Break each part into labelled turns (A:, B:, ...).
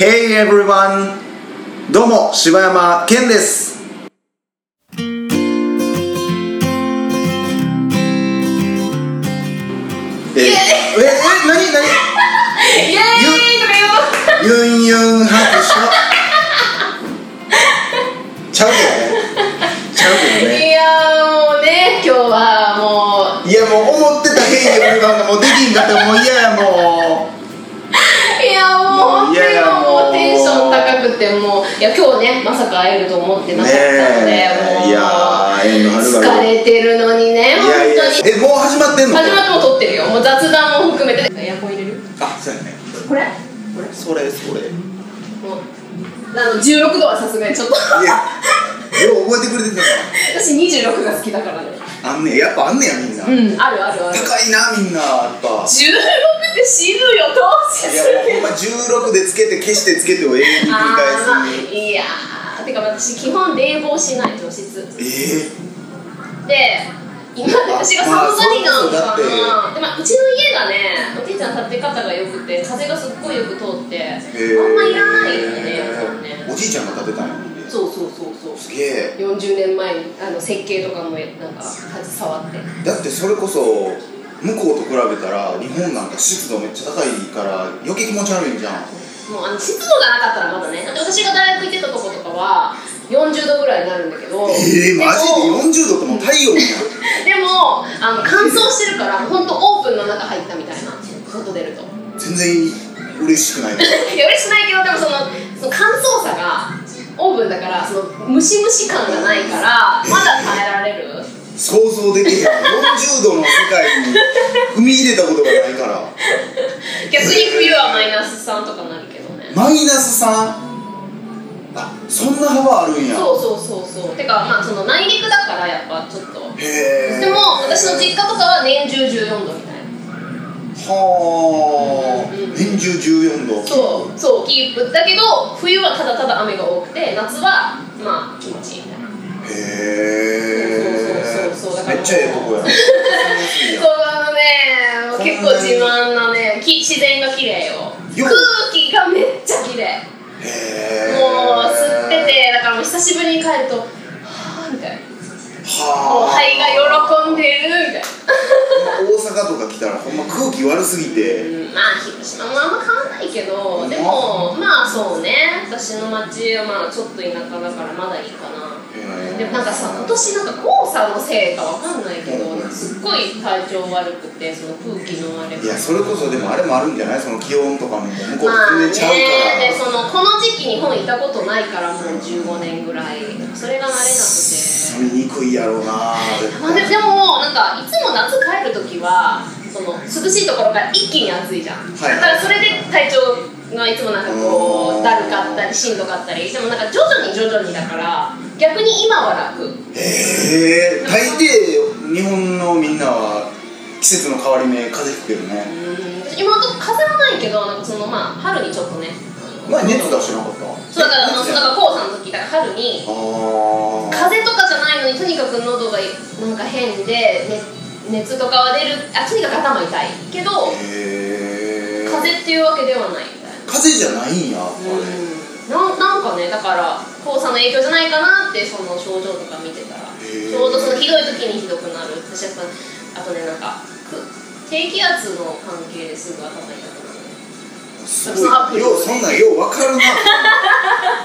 A: Hey everyone! どうも、柴山健です。え、え、え、なになに
B: イエーイとか言
A: ユンユン拍手。ちゃうけどね。ちゃうけど
B: おう
A: ね。
B: いやーもうね今日はもう
A: いやもう思ってた Hey everyone がもうできんかったらもう嫌やもう。
B: いやもう
A: もう
B: 本当
A: いやい
B: に
A: や
B: も
A: もう
B: うテンション高くてもういや今日ねまさか会えると思ってなかったので、
A: ね
B: も
A: え
B: う
A: いやー縁のあるわ
B: 疲れてるのにね
A: い
B: 本
A: やいや
B: 当に
A: えもう始まってんの
B: 始まっても撮ってるよもう雑談も含めてエアコン入れる
A: あそうやね
B: これ
A: それそれい
B: もうあの16度はさすがにちょっと
A: やよう覚えてくれてた
B: 私26が好きだからね
A: なあんねややっぱあんねやみんな、
B: うんあるあるある
A: 高いなみんなやっぱ
B: 16で死ぬよどうし
A: い
B: よ
A: や
B: う
A: もうほんま16でつけて消してつけてを永遠に繰り
B: あーまあ
A: 返す
B: いやーてか私基本冷房しない除湿で
A: え
B: 今私が
A: まあ
B: 寒がりな
A: まあそ
B: のか
A: うだ
B: なで、まあ、うちの家がねおじいちゃん立て方がよくて風がすっごいよく通って
A: え
B: あん
A: ー、
B: まいらないよねエアコンね
A: おじいちゃんが建てたんやもんね
B: そうそうそうそう
A: すげえ
B: 40年前にあの設計とかもなんか触って
A: だってそれこそ向こうと比べたら日本なんか湿度めっちゃ高いから余計気持ち悪いんじゃん
B: もうあの湿度がなかったらまだねだって私が大学行ってたとことかは40度ぐらいになるんだけど
A: ええ
B: でも
A: マジで40度ってもう太陽やん
B: でもあの乾燥してるから本当オープンの中入ったみたいな外出るとい
A: 全然嬉しくないとか
B: や嬉し くないけどでもそのその乾燥さがオープンだからそのムシムシ感がないからまだ耐えられる
A: 想像できへん40度の世界に踏み入れたことがないから
B: 逆に冬はマイナス3とかなるけどね
A: マイナス 3? あそんな幅あるんや
B: そうそうそうそうてかまあその内陸だからやっぱちょっと
A: へえ
B: でも私の実家とかは年中14度みたいな
A: はあ、
B: うん
A: 年中14度
B: そうそうキープだけど冬はただただ雨が多くて夏はまあ気持ちいいみたいな
A: へえ
B: そうそうそうそうだか
A: め
B: ら
A: っちゃええとこや
B: そうあのね、もう結構自慢なね、き自然が綺麗よ。
A: よ
B: 空気がめっちゃ綺麗。
A: へえ
B: もう吸ってて、だからもう久しぶりに帰ると、はぁみたいな。もう
A: はあ
B: 肺が喜んでるみたいな。
A: 大阪とか来たらほんま空気悪すぎて
B: うんまあ広島もあんま変わんないけど、でもまあそうね、私の町はまあちょっと田舎だからまだいいかな。
A: へえ
B: でもなんかさ、今年なんか黄砂のせいかわかんないけど、すっごい体調悪くて、その空気のあれが
A: いやそれこそでもあれもあるんじゃないその気温とかも向こう
B: まあ
A: 全
B: ね
A: 然ちゃうか
B: で
A: ら、
B: そのこの時期日本行ったことないからもう15年ぐらいそれが慣れなく
A: 住みにくいやろうな絶対
B: て、まあ、ででもなんかいつも夏帰る時はその涼しいところから一気に暑いじゃん、
A: はい
B: だからそれで体調がいつもなんか
A: う
B: こ
A: ん
B: うだるかったりしんどかったりでもなんか徐々に徐々にだから逆に今は楽
A: へえ大抵日本のみんなは季節の変わり目風邪ひくけどね
B: 今のとこ風はないけどなんかそのまあ春にちょっとね
A: 前熱出してなかった
B: そうだからあの
A: 熱じゃん
B: なんか黄砂の時だから春に
A: あー
B: 風邪とかじゃないのにとにかく喉がなんか変で、ね、熱とかは出るあとにかく頭痛いけど
A: へえ
B: 風邪っていうわけではないみたいな
A: 風邪じゃないんやあれ
B: うんなんなんかねだから黄砂の影響じゃないかなってその症状とか見てたら
A: へー
B: ちょうどそのひどい時にひどくなる私やっぱあとねなんかく低気圧の関係ですぐ頭痛くなる
A: す
B: そのア
A: ご
B: プ
A: い
B: リ
A: ようそんなんよう分かるな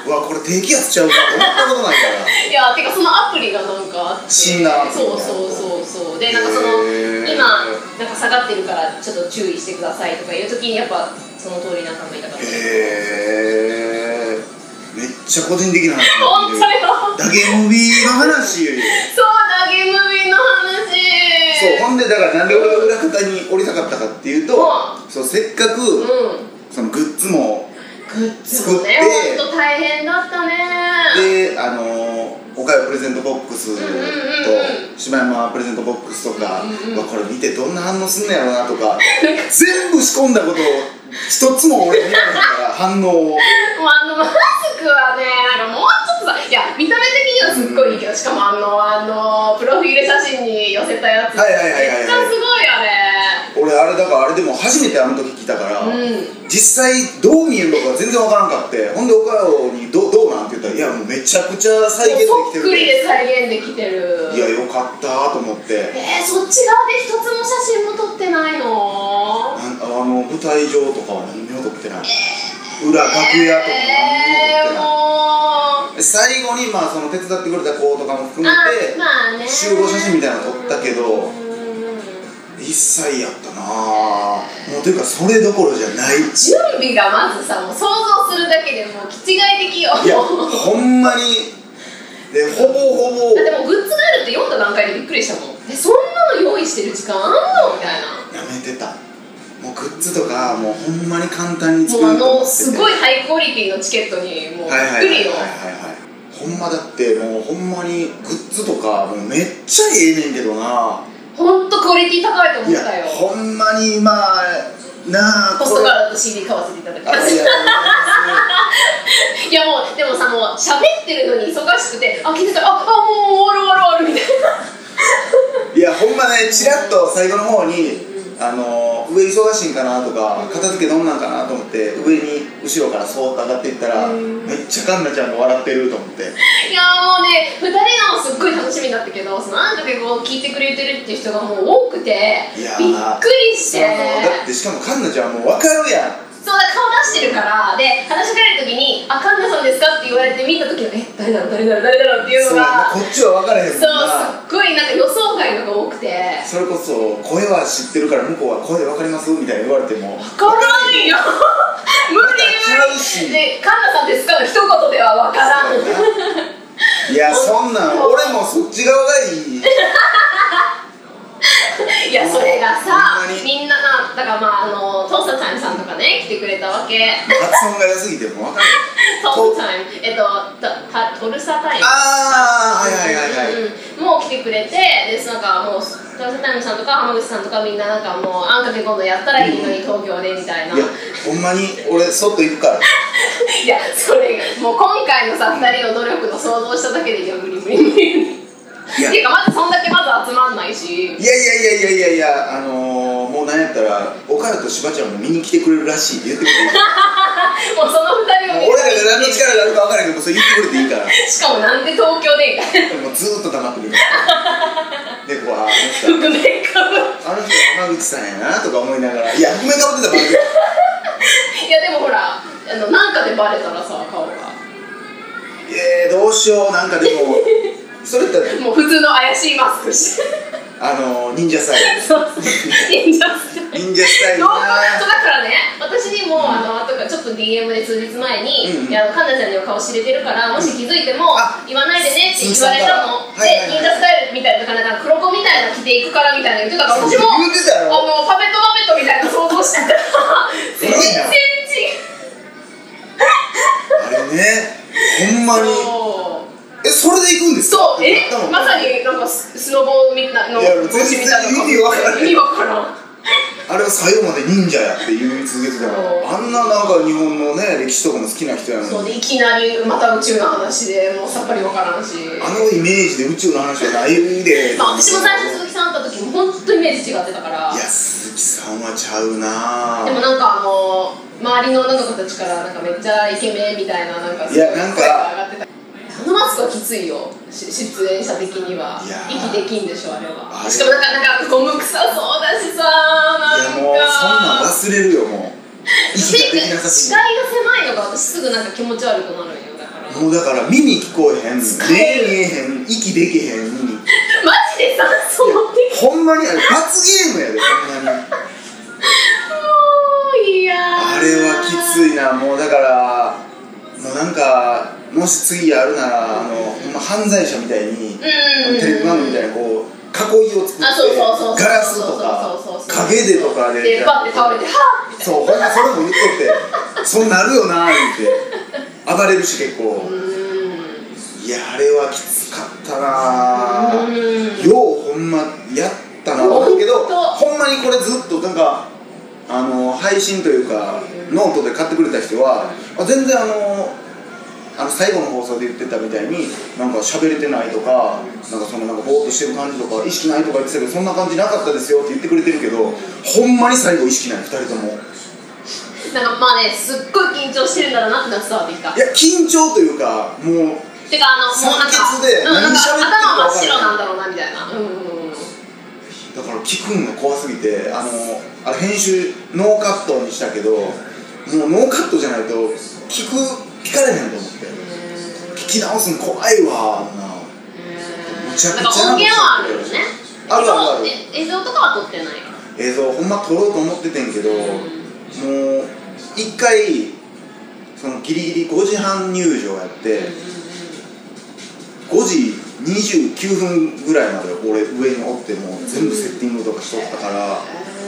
A: うわこれ低気圧ちゃうか思ったことないから
B: いやてかそのアプリがなんかあって
A: 診断アプリ
B: そうそうそうそうでなんかその
A: へー
B: 今なんか下がってるからちょっと注意してくださいとかいう時にやっぱその通りな頭痛かった
A: へえめっちゃ個人的な話
B: 本当よ
A: ダゲムビの話
B: そうだゲーム便の
A: そう
B: 話
A: ほんでだからなんで俺が裏方に降りたかったかっていうと
B: う
A: そうせっかく
B: うん
A: そのグッズも
B: グッズ
A: 作
B: もね
A: って
B: ほんと大変だったね
A: であの岡山プレゼントボックス
B: うんうんうん
A: と柴山プレゼントボックスとか
B: うんうん
A: うわこれ見てどんな反応すんのやろうなとか全部仕込んだことを一つも俺見なかったから反応を
B: もうあのマスクはねなんかもうちょっとさいや見た目的にはすっごいいいけど、しかもあのあのプロフィール写真に寄せたやつ
A: はいはいはいはいはい
B: めっちゃすごい
A: 俺
B: よね
A: 俺あれだからあれでも初めてあの時来たから、
B: うん
A: 実際どう見えるのか全然わからんかってほんで岡山にど「どうなん?」って言ったら「いやもうめちゃくちゃ再現で
B: も
A: き
B: うそ
A: て
B: っ
A: る
B: くり
A: で
B: で再現できてる
A: いやよかったと思って
B: えー、そっち側で一つも写真も撮ってないの
A: なんあの舞台上とかは何にも撮ってない裏楽屋とか何にも撮ってない
B: えー、もう
A: 最後にまあその手伝ってくれた子とかも含め
B: あ
A: て、
B: まあね
A: 集合写真みたいなの撮ったけど
B: うん
A: 一切やったなぁもうというかそれどころじゃないい
B: 準備がまずさもう想像するだけでもう気違いできよ
A: や
B: だ
A: ほんまにでほぼほぼ
B: ってもうグッズがあるって読んだ段階でびっくりしたもんえそんなの用意してる時間あんのみたいな
A: やめてたもうグッズとかもうほんまに簡単に
B: も
A: 作
B: うあ
A: ると思ってて
B: のすごいハイクオリティのチケットにもうびっ
A: はいはいはい
B: く
A: はい
B: りよ
A: はいはいほんまだってもうほんまにグッズとかもうめっちゃええねんけどな
B: ほんとクオリティ高いと思
A: い
B: っ
A: や
B: たよ
A: ほんまにまあなあ
B: コスト
A: れ
B: カードと CD 買わせていただきま
A: あり
B: す
A: がとうございます
B: いやもうでもさもう喋ってるのに忙しくてあ気づいたらああもう終わる終わる終わるみた
A: い
B: い
A: やほんまねちらっと最後の方にあの上忙しいんかなとか片付けどんなんかなと思って上に後ろからそーっと上がっていったら
B: うん
A: めっちゃカンナちゃんが笑ってると思って
B: ないやもうね2人がもすっごい楽しみだったけどそのあん時こう聞いてくれてるっていう人がもう多くて
A: いやー
B: びっくりして
A: あのだってしかもカンナちゃんもう分かるやん
B: そうだ顔出してるからで話しかける時に「あカンナさんですか?」って言われて見た時に「え誰だろう誰だろう誰だろう」っていう
A: そう
B: の
A: まあ
B: が
A: こっちは分からへんも
B: そうんすっ
A: な
B: ごいなんか予想外のが多くて
A: それこそ声は知ってるから向こうは声分かりますみたいな言われても
B: 分からんよ無理
A: また違う
B: 無
A: し
B: 理で「カンナさんですか?」の一言では分からん
A: いやそんなん俺もそっち側がいい
B: いやそれがさ
A: ほんまに
B: みんななだからまああのトーサタイムさんとかね来てくれたわけ
A: 発音が良すぎてもう分かる
B: トーサタイムえっととはトルサタイム
A: ああはいはいはいはい
B: うんもう来てくれてでなんかもうトルサタイムさんとか浜口さんとかみんななんかもうあんかけ今度やったらいいのに東京でみたいない
A: いやほんまに俺そっと行くから
B: やそれがもう今回のさ2人の努力の想像しただけでいや無理無理無理
A: いや
B: っていうかまずそんだけまず集まんないし
A: いやいやいやいやいやいやあのー、もうなんやったら岡田としばちゃんも見に来てくれるらしいって言ってくれていいも
B: もうその2人を
A: う
B: 見
A: 俺らが何の力があるか分からへんけどそれ言ってくれていいから
B: しかもなんで東京で
A: もうずーっと黙ってくれるでこうああの人
B: 含めかぶ
A: あの人浜口さんやなとか思いながらいや覆面かぶってたもん
B: いやでもほらあのなんかでバレたらさ顔がも
A: えー、どうしようなんかでもそれって
B: う普通の怪しいマスクして
A: あのー、忍者スタイル
B: そうそう忍者スタイル
A: 忍者スタイル
B: そう
A: な
B: そうそうだからね私にも、あの後からちょっと DM で数日前に
A: うんうん
B: 「いやあのカンナちゃんの顔知れてるからもし気づいても
A: あ
B: 言わないでね」って言われたの
A: 鈴木さんからはいはいはい
B: で忍者スタイルみたいななんか黒子みたいな着ていくからみたいな言ってたから私も
A: 言ってた
B: あ
A: よ
B: のパペットパペットみたいな想像してたら全然違
A: あれねほんまに
B: う
A: えそ
B: そう
A: れで行くんですか
B: そう、え
A: ってなったもん、
B: まさになんかススノボみたいなの
A: いや全然
B: 帽子みたいな
A: 意味わからん
B: 意味わからん
A: あれは最後まで忍者やって言い続けてた
B: そう
A: らあんななんか日本のね歴史とかも好きな人やの
B: そう
A: に
B: でいきなりまた宇宙の話でもうさっぱりわからんし
A: あのイメージで宇宙の話はないで
B: まあ私も最初鈴木さん会った時も本当イメージ違ってたから
A: いや鈴木さんはちゃうな
B: でもなんかあの周りの女の子たちからなんかめっちゃイケメンみたいななんか
A: いやなんか
B: 声が上がってたあのマスクはきついよし出演者的にはい
A: や
B: 息できんでしょあれは
A: あれ
B: しかもなんかなんかゴム臭そうだしさなん
A: い
B: か
A: やもうそんなん忘れるよもう意
B: 視
A: 識ができ
B: 界
A: な
B: が
A: さす
B: 狭
A: ぎ
B: いのが私すぐなんか気持ち悪くなるんよだ から
A: てもうだから耳聞こえへん目見
B: れる
A: えへん息できへん
B: マジでさその時
A: ほんまにあれ罰ゲームやでほんまに
B: もういや
A: あれはきついなもうだからもうなんかもし次やるならあのほんま犯罪者みたいに
B: うん
A: テレビ番組みたいなこう囲いを作って
B: あそうそうそうそう
A: ガラスとか
B: そうそうそうそう
A: 影でとかで
B: でバッて倒れてはっ
A: そうほんまそれも言っとってそうなるよな言うて暴れるし結構
B: うーん
A: いやあれはきつかったな
B: うん
A: ようほんまやったなと思うけど
B: ほんと
A: ほんまにこれずっとなんかあの配信というかノートで買ってくれた人はあ全然あのあの最後の放送で言ってたみたいになんか喋れてないとかなんかそのなんかぼーっとしてる感じとか意識ないとか言ってたけどそんな感じなかったですよって言ってくれてるけどほんまに最後意識ない2人とも。
B: なんかまあねすっごい緊張してるんだろうなってのは伝わってきた
A: いや緊張というかもう
B: てかあのもうな
A: 酸
B: んか
A: 欠で
B: うんなん
A: 何
B: か
A: 喋ってるか
B: 頭真
A: わか
B: っ
A: らない
B: 白なんだろうなみたいなうんうんうん
A: だから聞くんが怖すぎてあのあれ編集ノーカットにしたけどもうノーカットじゃないと聞く聞かれへんと思って聞き直すの怖いわあんなむちゃくちゃ
B: なんか音源はあるよね
A: あるあるある
B: 映像映像とかは撮ってないから
A: 映像ほんま撮ろうと思っててんけどもう一回そのギリギリ5時半入場やって5時29分ぐらいまで俺上におってもう全部セッティングとかしとったから。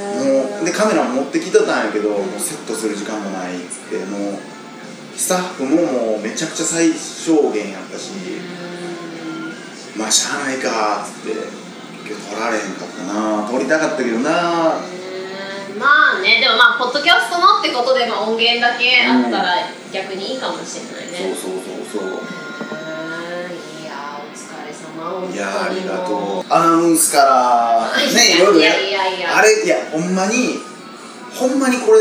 A: もうでカメラ持ってきてたんやけどもうセットする時間もないっつってもうスタッフももうめちゃくちゃ最小限やったしまあしゃあないかっつって結局撮られへんかったな撮りたかったけどな
B: うーんまあねでもまあポッドキャストのってことで、まあ、音源だけあったら逆にいいかもしれない
A: そう
B: ね、
A: そうそうそう
B: うーんいやーお疲れ様本当にもう
A: いやありがとうアナウンスからねい
B: いや
A: ろいろ
B: いやいやいや
A: あれいやほんまにほんまにこれ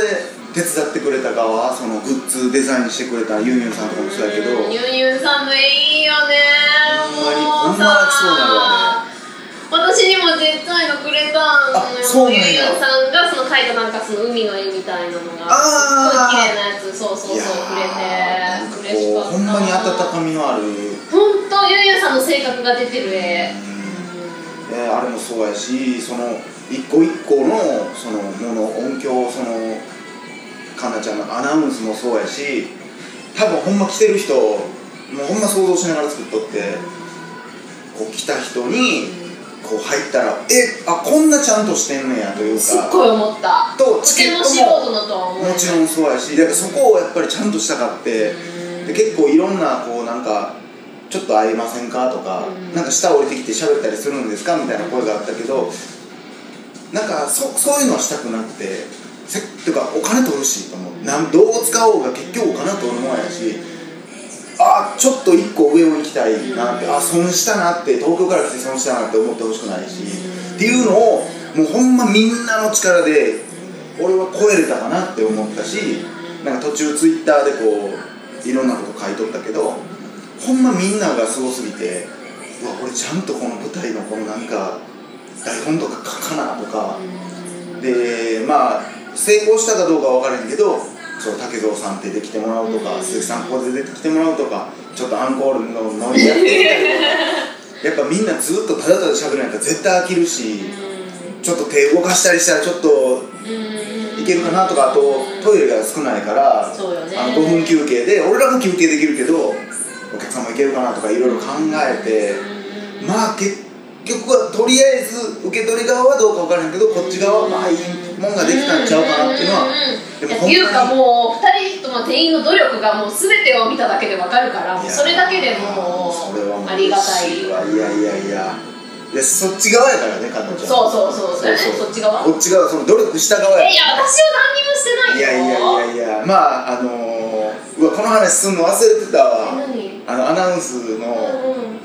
A: 手伝ってくれた側そのグッズデザインしてくれたユンユンさんとかもそうやけど
B: うんニューニューさんの絵いいよね
A: ほんまに
B: もう
A: ほんま楽そうなのあ
B: さ私にも絶対のくれたのよ
A: あそうなんや
B: ニューニューさんがその描いたなんかその海の絵みたいなのが
A: あー
B: すっごい綺麗なやつそうそうそ
A: い
B: うく
A: やー
B: れて嬉し
A: なん
B: か
A: か
B: っ
A: こう
B: た
A: ほんまに温かみのある、
B: 本当ゆうゆうさんの性格が出てる絵
A: えーあれもそうやしその一個一個のそのもの音響そのかなちゃんのアナウンスもそうやし多分ほんま来てる人もうほんま想像しながら作っとってこう来た人にこう入ったらえあこんなちゃんとしてんねやというか
B: すっごい思った
A: と
B: とても素人だとは思えない
A: もちろんそうやしだからそこをやっぱりちゃんとしたかってで結構いろんなこうなんかちょっと会いませんかとか、
B: うん
A: なんか下降りてきて喋ったりするんですかみたいな声があったけどなんかそそういうのはしたくなくてせっていうかお金取るしと思うなんどう使おうが結局お金取るもんやしあちょっと一個上を行きたいなって、あ損したなって東京から来て損したなって思ってほしくないし、っていうのをもうほんまみんなの力で俺は超えれたかなって思ったしなんか途中ツイッターでこういろんなこと書いとったけどほんまみんながすごすぎてうわ俺ちゃんとこの舞台のこのなんか台本とか書かなとか。でまあ成功したかどうかは分からへんけどそう竹蔵さんって出てきてもらうとか、鈴木さんここで出てきてもらうとかちょっとアンコールのノリやってみたりとかやっぱみんなずっとただただ喋るんやったら絶対飽きるしちょっと手動かしたりしたらちょっといけるかなとかあとトイレが少ないから、
B: そうよね
A: あの5分休憩で俺らも休憩できるけどお客さんもいけるかなとかいろいろ考えて。まあ結局はとりあえず受け取り側はどうか分からへんけどこっち側はまあいいもんができたんちゃうかなっていうのはで
B: い
A: も
B: やっ
A: ほ
B: て
A: ん
B: いうか
A: まに
B: もう二人とも店員の努力がもう全てを見ただけでわかるからもうそれだけでも
A: それはもう
B: うありがたい
A: 嬉しわいやいやいやいやそっち側やからねかなちゃん
B: そうそうそうそれね
A: そう
B: そっち側
A: こっち側その努力した側
B: えい
A: や
B: や私は何にも
A: いやいや
B: してないよ
A: いやいやまああのー、うわこの話すんの忘れてたわ
B: え
A: あのアナウンスの、
B: 何うんうん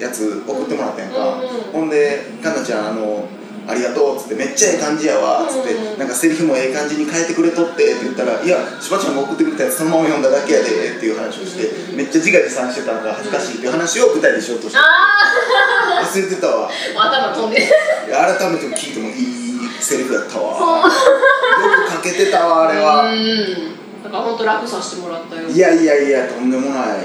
A: やつ送ってもらったやんか、
B: うんうん
A: ほんで「かなちゃんあのありがとう」っつって「めっちゃええ感じやわ」っつって、
B: うんうん
A: なんかセリフもええ感じに変えてくれとって」って言ったら「いやしばちゃんが送ってくれたやつそのまま読んだだけやで」っていう話をして、めっちゃ自画自賛してたのが恥ずかしいっていう話を舞台でしようとして忘れてたわ
B: 頭飛んでる
A: 改めて聞いてもいいセリフだったわよくかけてたわあれは、
B: うんだから本当楽させてもらったよ
A: いやいやいやとんでもない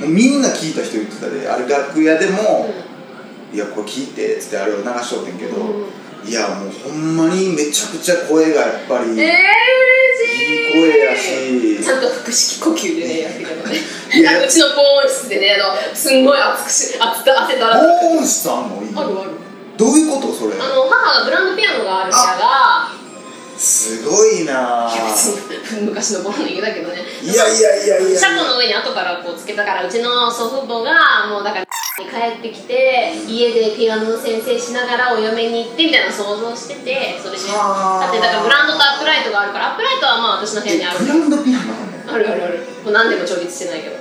A: もうみんな聞いた人言ってたであれ楽屋でも「いやこれ聞いて」っつってあれを流しとってんけど、
B: うん
A: いやもうほんまにめちゃくちゃ声がやっぱりいい
B: えー、嬉しい
A: 声やし
B: ちゃんと腹式呼吸でねやってるのね
A: いや
B: あのうちの高音質でねあのすんごい熱くし熱た汗だらある
A: 高音質さんもいい
B: ある
A: どういうことそれ
B: あの母がグランドピアノがある家
A: すごいな
B: がいや別
A: ぁ
B: に昔のボロの家だけどね
A: いやいやいやいや
B: 車庫の上に後からこうつけたからうちの祖父母がもうだからに 帰ってきて家でピアノの先生しながらお嫁に行ってみたいなの想像しててそれで
A: あー
B: だってだからブランドとアップライトがあるからアップライトはまあ私の部屋にある
A: ブランドピアノなの
B: あるあるあるもう何でも調律してないけど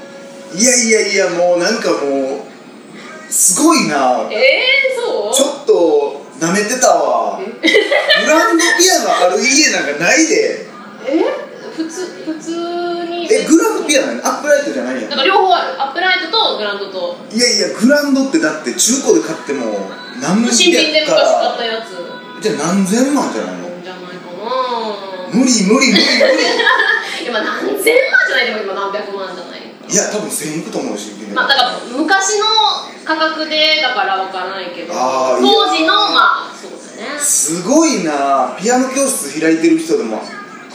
A: いやいやいやもうなんかもうすごいな
B: えー、そう
A: ちょっとなめてたわグランドピアノある家なんかないで
B: え普通普通に
A: えグランドピアノやんアップライトじゃないやん
B: なんか両方あるアップライトとグランドと
A: いやいやグランドってだって中古で買っても何万
B: 無新品で
A: や
B: 昔
A: か
B: 買っ
A: ら
B: たやつ
A: じゃあ何千万じゃないの
B: じゃないかな
A: 無理無理無理無理
B: 今何千万じゃないでも今何百万じゃない
A: いや多分1000いくと思う新品で
B: まあだから昔の価格でだからわからないけど
A: あ
B: 当
A: ーいや
B: 時のまあそうだね
A: すごいなピアノ教室開いてる人でも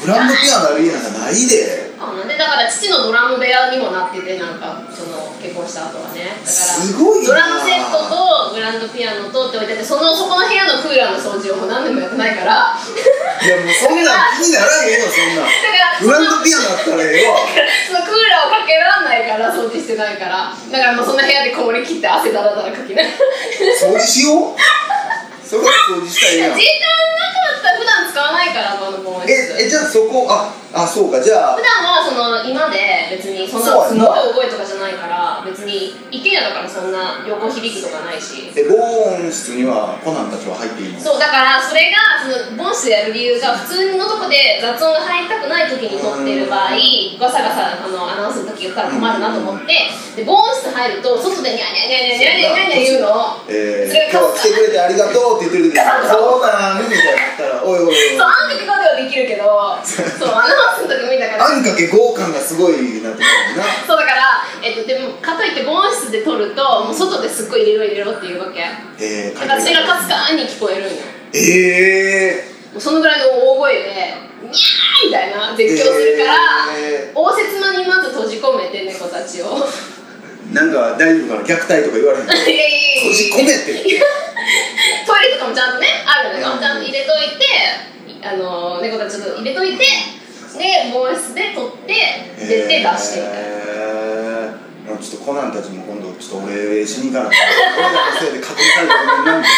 A: グランドピアノある家なんかないで
B: あのねだから父のドラム部屋にもなっててなんかその結婚した後はねだから
A: すごいな
B: ドラムセットとグランドピアノとって置いてあってそのそこの部屋のクーラーの掃除をもう何年もやってないから だ
A: いやもうそんなん気にならへんよそ
B: からそ
A: んな
B: の
A: んグランドピアノあったらええわ
B: そのクーラーをかけらんないから掃除してないからだからもうその部屋でこもりきって汗だらだらかきながら時
A: 掃除しようそれは掃除したらえ
B: 間なか
A: え やん
B: った普段使わないからこの子も
A: ええじゃあそこああそうかじゃあ
B: 普段はその今で別にそんな
A: そう
B: す
A: や
B: ご
A: ない
B: 覚えとかじゃないから別に IKEA だからそんな横響きとかないし
A: え防音室にはコナンたちは入っていいの
B: そうだからそれがそのボンスでやる理由が普通のとこで雑音が入りたくない時に撮ってる場合ガサガサあのアナウンスの時言ったら困るなと思ってでボンス入ると外でニャニャニャニャニャニャニャニャ言うの
A: え
B: そ
A: ー、
B: れ
A: 今
B: が
A: 日は来てくれてありがとうって言ってる時に「そうなん」みたいになったら「おいおいおい
B: そうあんかけまではできるけどそうアナウンスの時無理だから
A: あんかけ豪感がすごいなって感じな」
B: そうだから、えっと、でもかといってボンスで撮るともう外ですっごい入れろ入れろっていうわけだ
A: えー、
B: からそれがかすかに聞こえるんよ
A: え
B: もうそのぐらいの大声で「にゃー!」みたいな絶叫するから、
A: え
B: 応接間にまず閉じ込めて猫たちを
A: ー、なんか大丈夫かな虐待とか言われへんの
B: いやいやい や
A: 閉じ込め て
B: トイレとかもちゃんとねあるのよ、
A: うん
B: ちゃんと入れといてあの猫たちを入れといてでボンスで撮って出て出してみたいな、
A: えー、ちょっとコナンたちも今度ちょっとお礼しに行かなきゃ俺らのせいで隔離されたのになんで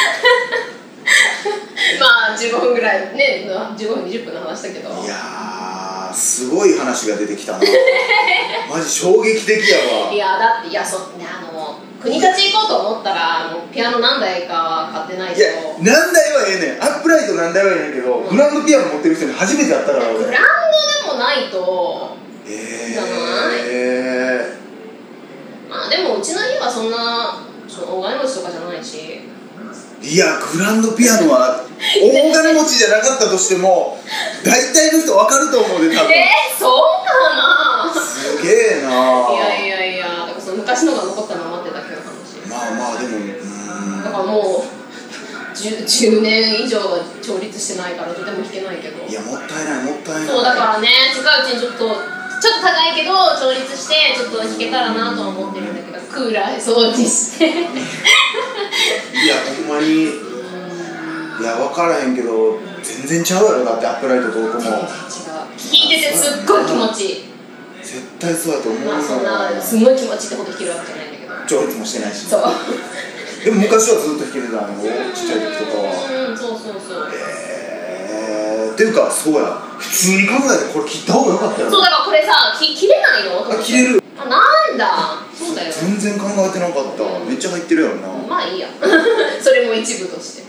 B: まあ15分ぐらいね15分20分の話だけど
A: いやーすごい話が出てきたなマジ衝撃的やわ
B: いやだっていやそうねあの国立行こうと思ったらあのピアノ何台か買ってない
A: い
B: と
A: や何台はええねんアップライト何台はええねんけど、グランドピアノ持ってる人に初めて会ったから俺
B: グラウンドでもないとじゃない
A: えー、
B: まあでもうちの家はそんなその大金持ちとかじゃないし
A: いやグランドピアノは大金持ちじゃなかったとしても大体の人分かると思うで多分
B: えー、そうかな
A: すげえない
B: やいやいやだからその昔のが残ったままってだけの話
A: まあまあでもうーん
B: だからもう 10, 10年以上は調律してないからとても弾けないけど
A: いやもったいないもったいない
B: そうだからね近いうちにちょっとちょっと高いけど調律してちょっと弾けたらなとは思ってるんだけどクーラー掃除して
A: いやほんまにいや分からへんけど全然ちゃうやろだってアップライトと音も
B: 弾いててすっごい気持ちいい
A: 絶対そうやと思う
B: まあそんなすごい気持ちいいってこと弾けるわけじゃないんだけど
A: 調律もしてないし
B: そう
A: でも昔はずっと弾けてたのよちっちゃい時とかは
B: うんそうそうそう
A: えー、っていうかそうや普通に考えてこれ切った方が良かったよ
B: そうだからこれさき切れないの
A: あ切れる
B: あなんだそうだよ
A: 全然考えてなかっためっちゃ入ってるやろなそうや
B: まあいいや それも一部として
A: な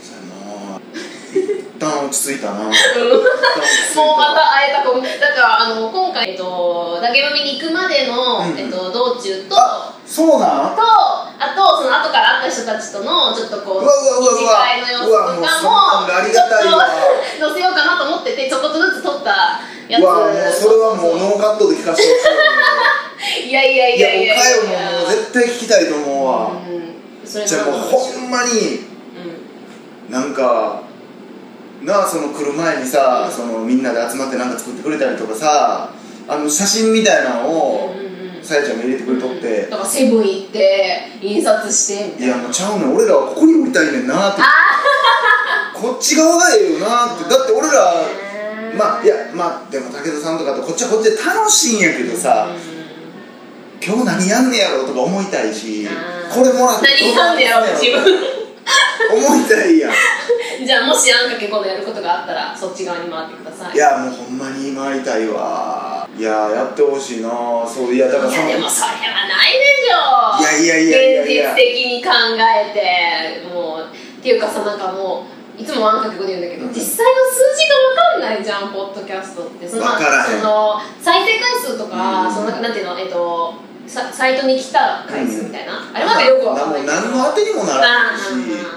A: 一旦落ち着いたな一旦
B: うん
A: 落ち着いた
B: もうまた会えた子もだからあの今回、えっと、だけ飲みに行くまでの、
A: うん
B: えっと、道中と
A: あそうなん
B: とあとその後から会った人たちとのちょっとこう
A: うわうわうわ
B: 二次会の様子とか
A: うわもうそん
B: も
A: なんあり
B: ちょ
A: がたいわ
B: っと載せようかなと思っててちょこっとずつ撮ったやつ
A: うわもうそれはもうノーカットで聞かせてほし
B: いやいや
A: い
B: い
A: いや
B: やいや
A: おかよももう絶対聞きたいと思うわ、
B: うんそれ
A: じゃあもうほんまに
B: う
A: なんかなあその来る前にさ、
B: うん
A: そのみんなで集まってなんか作ってくれたりとかさあの写真みたいなのを
B: んうんうんうん
A: さやちゃんが入れてくれとって
B: だ、からセブン行って印刷してみたいない
A: やもうちゃうねん俺らはここに降りたいねんなってこっち側がええよなってだって俺らまあいやまあでも武田さんとかとこっちはこっちで楽しいんやけどさ、今日何やんねやろとか思いたいし
B: あー
A: これもらって
B: 何やんねやろ自分
A: 思いたいやん
B: じゃあもしあんかけ今度やることがあったらそっち側に回ってください
A: いやもうほんまに回りたいわいやーやってほしいなーそういやだから
B: い
A: そ
B: や
A: の
B: でもそれはないで
A: い
B: しょ
A: やいやいやいやいや
B: 現実的に考えてもうっていうかさなんかもういつもワンカ曲で言うんだけど、
A: うん
B: 実際の数字が分かんないじゃんポッドキャストってその
A: わからへん
B: その再生回数とか、
A: うん
B: そのなんていうのえっとササイトに来た回数みたいな、あれまだよく分かんないけど
A: な何の当てにもならないし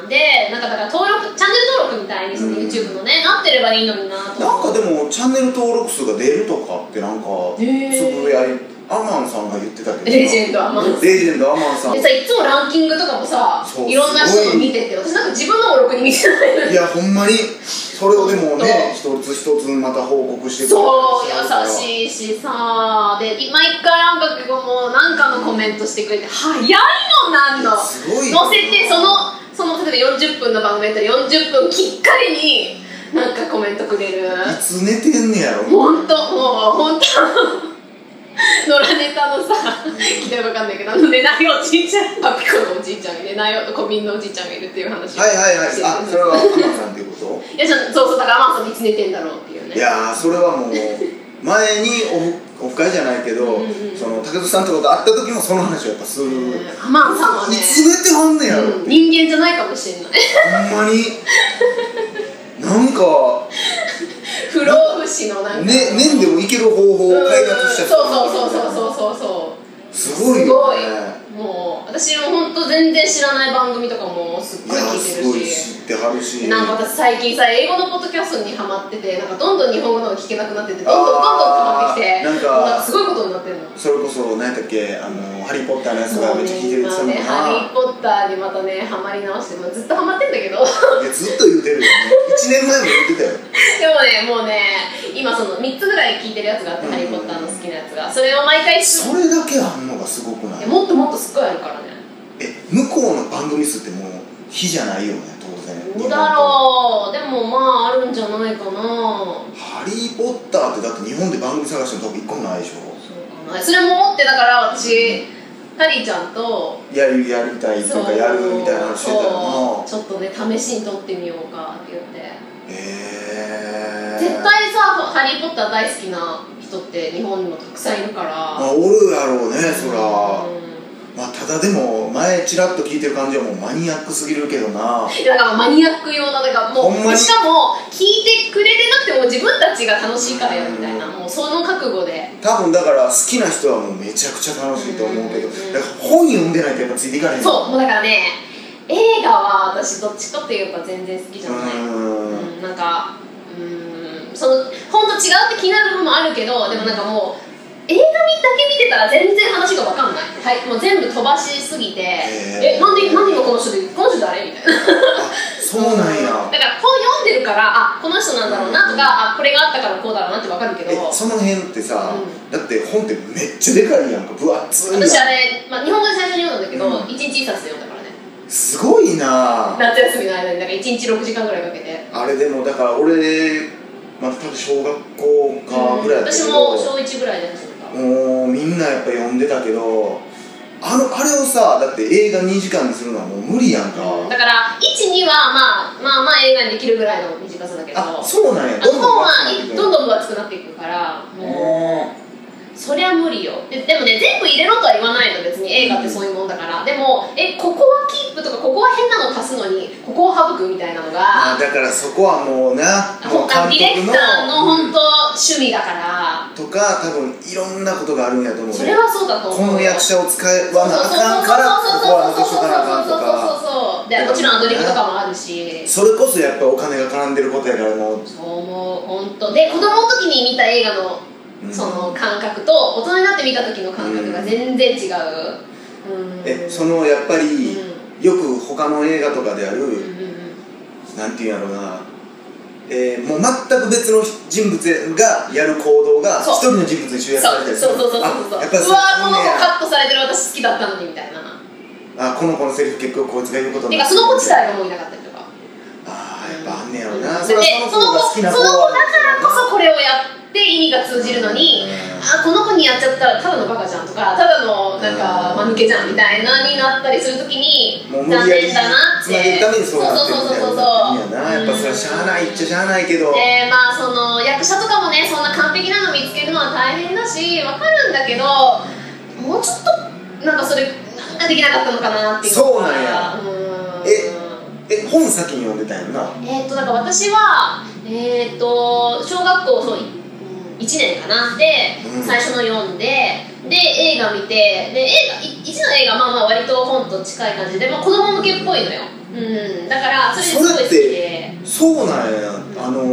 B: うんでなんかだから登録チャンネル登録みたいにその
A: うん
B: YouTube のね、なってればいいのになと
A: なん
B: 思
A: か
B: う
A: でもチャンネル登録数が出るとかってなんかつ
B: へー
A: ぶやいアマンさんが言ってたけど
B: レジェンドアマンさん
A: レジェンドアマンさん
B: でさいつもランキングとかもさ
A: そう
B: いろんな人の見てて私なんか自分のもろくに見てないのに
A: いやほんまにそれをでもね一つ一つまた報告してくれ
B: そう優
A: い
B: しいしさで毎回あんかけがもう何かのコメントしてくれて早いのなんの
A: すごい
B: 載
A: な
B: せてそのその例えば40分の番組やったら40分きっかりになんかコメントくれる
A: つ寝てんねやろ
B: 本当もう本当野良ネタのさ聞いたら分かんないけどあの寝ないおじいちゃんパピコのおじいちゃんが寝ないお小瓶のおじいちゃんがいるっていう話を
A: はいはいはい
B: してて
A: あそれはアマンさんっていうこ
B: いやじゃあそうそうだからアマンさんいつ寝てんだろうっていうね
A: といやーそれはもう前にオフオフ会じゃないけど、
B: うんうんうん
A: その武田さんとかと会った時もその話をやっぱする、
B: うんアマンさんはね
A: いつ寝てはんねやろって、
B: うん人間じゃないかもしれない
A: ほんまになんか
B: 不老不死のなんか
A: ね、年でもいける方法を開発した人
B: うんそうそうそうそうそうそう
A: すごい
B: す
A: よ
B: ごい
A: ね
B: もう私も本当全然知らない番組とかもすっ
A: い
B: ごい
A: や
B: 聞いて
A: す
B: る
A: ごい
B: し
A: 知ってはるし
B: なんか私最近さ英語のポッドキャストにハマっててなんかどんどん日本語のが聞けなくなっててどんどんどんどんハマってきて
A: あーなんか
B: もうすごいことになってるの
A: それこそ何だっけあの「ハリー・ポッター」のやつがめ
B: もう
A: っちゃ聞いてるって言っ
B: 今
A: て
B: ね
A: た
B: 「ハリー・
A: も
B: ポッター」にまたねハマり直してもうずっとハマってんだ けど
A: んないやずっと言うてるよね1年前も言ってたよ
B: でもねもうね今その3つぐらい聞いてるやつがあっ
A: うん
B: て「ハリー・ポッター」の好きなやつがそれを毎回
A: それだけあんのがすごくないい
B: やもっともっとすっごいあるからね
A: え向こうの番組数ってもう日じゃないよね当然
B: どうだろうでもまああるんじゃないか
A: う
B: な
A: ハリー・ポッターってだって日本で番組探しても多分1個もないでしょ
B: そうかなそれも思ってだから私ハリーちゃんと
A: やるやりたいとかやるみたいな話してたよ
B: そ
A: な
B: うちょっとね試しに撮ってみようかって言って
A: えー、
B: 絶対さ「ハリー・ポッター」大好きな人って日本にもたくさんいるから
A: まあおるやろうねそら、
B: うん
A: まあただでも前ちらっと聞いてる感じはもうマニアックすぎるけどな
B: だからマニアック用なだからも
A: ほんま
B: う
A: に
B: しかも聞いてくれてなくても自分たちが楽しいからよみたいな
A: うん
B: もうその覚悟で
A: 多分だから好きな人はもうめちゃくちゃ楽しいと思うけど
B: うん
A: だから本読んでないとやっぱついていかない
B: そうもうだからね映画は私どっちかっていうか全然好きじゃない
A: うん
B: うんなんかうーんその本当違うって気になる部分もあるけどでもなんかもう映画だけ見てたら全然話が分かんない、はい、もう全部飛ばしすぎて
A: へー
B: えなんでなんで今この人でこの人誰みたいな
A: あそうなんや
B: だから本読んでるからあこの人なんだろうなとかあこれがあったからこうだろうなって分かるけ
A: え
B: ど
A: その辺ってさ、
B: う
A: だって本ってめっちゃでかいやんか分厚い
B: 私あ
A: な
B: れ、まあ、日本語で最初に読んだんだけど、
A: うん
B: 一1日一冊で読んだからね
A: すごいな
B: 夏休みの間になんか1日6時間ぐらいかけて
A: あれでもだから俺まあ多分小学校かぐらいだった
B: 私
A: けど、
B: も小1ぐらいで始めた
A: もうみんなやっぱ読んでたけどあのあれをさだって映画2時間にするのはもう無理やんか、
B: だから12はまあまあまあ映画にできるぐらいの短さだけど
A: あそうなんや
B: あの本
A: 分厚くなって
B: は
A: く
B: どんどん分厚くなっていくからも
A: へ
B: うそりゃ無理よででもね全部入れろとは言わないの別に映画ってそういうもんだから、でもえここはキープとかここは変なの足すのにここを省くみたいなの
A: あ
B: が
A: だからそこはもうなもう
B: ほあディレクターの本当趣味だから、
A: とか多分いろんなことがあるんやと思う
B: それはそうだと思
A: こ
B: う
A: の役者を使えわなあかんからここは残しとかなあかんとか
B: そうそうそうそうそうそうそうそうそうそうそうでもちろんアドリブとかもあるし
A: それこそやっぱお金が絡んでることやからもう
B: そう思う本当で子供の時に見た映画の
A: うん
B: その感覚と大人になって見た時の感覚が全然違う、うん、
A: えそのやっぱり
B: う
A: よく他の映画とかである、
B: うんうんうん
A: なんていうんやろうな、えー、もう全く別の人物がやる行動が
B: そう
A: 一人の人物に集約された
B: そう
A: りする
B: そうそうそうそう
A: あ
B: う
A: やっぱり
B: うわーこの子
A: ね
B: カットされてる私好きだったのにみたいな
A: あこの子のセリフ結局こいつが言うこと
B: て
A: にな
B: かその子自体がもういなかったりとか
A: あーやっぱあんねやろな、
B: うん
A: それは
B: で
A: その子が好きな子
B: その子だからこ
A: そ
B: そこれをやって意味が通じるのに、
A: うん
B: あこの子にやっちゃったらただのバカじゃんとかただのなんか
A: うん
B: マ向けじゃんみたいなになったりするときに
A: もう無
B: 残
A: 理やり
B: 念だなっ
A: つ
B: て
A: なげるためにそうなってる
B: そうそうそうそう
A: みたいなことやなやっぱそれはしゃあないっちゃしゃあないけど、
B: でまあその役者とかもねそんな完璧なの見つけるのは大変だしわかるんだけどもうちょっとなんかそれなんかできなかったのかなっていうのが
A: そうなんや
B: うん
A: ええ本先に読んでたんやんな
B: えーっとだから私はえーっと小学校そう1年かなで、
A: うん
B: 最初の読んでで映画見てで映画い一の映画まあまあ割と本と近い感じで、まあ、子供向けっぽいのようんだからそれすごい好き
A: そ
B: で
A: そうなんや、あの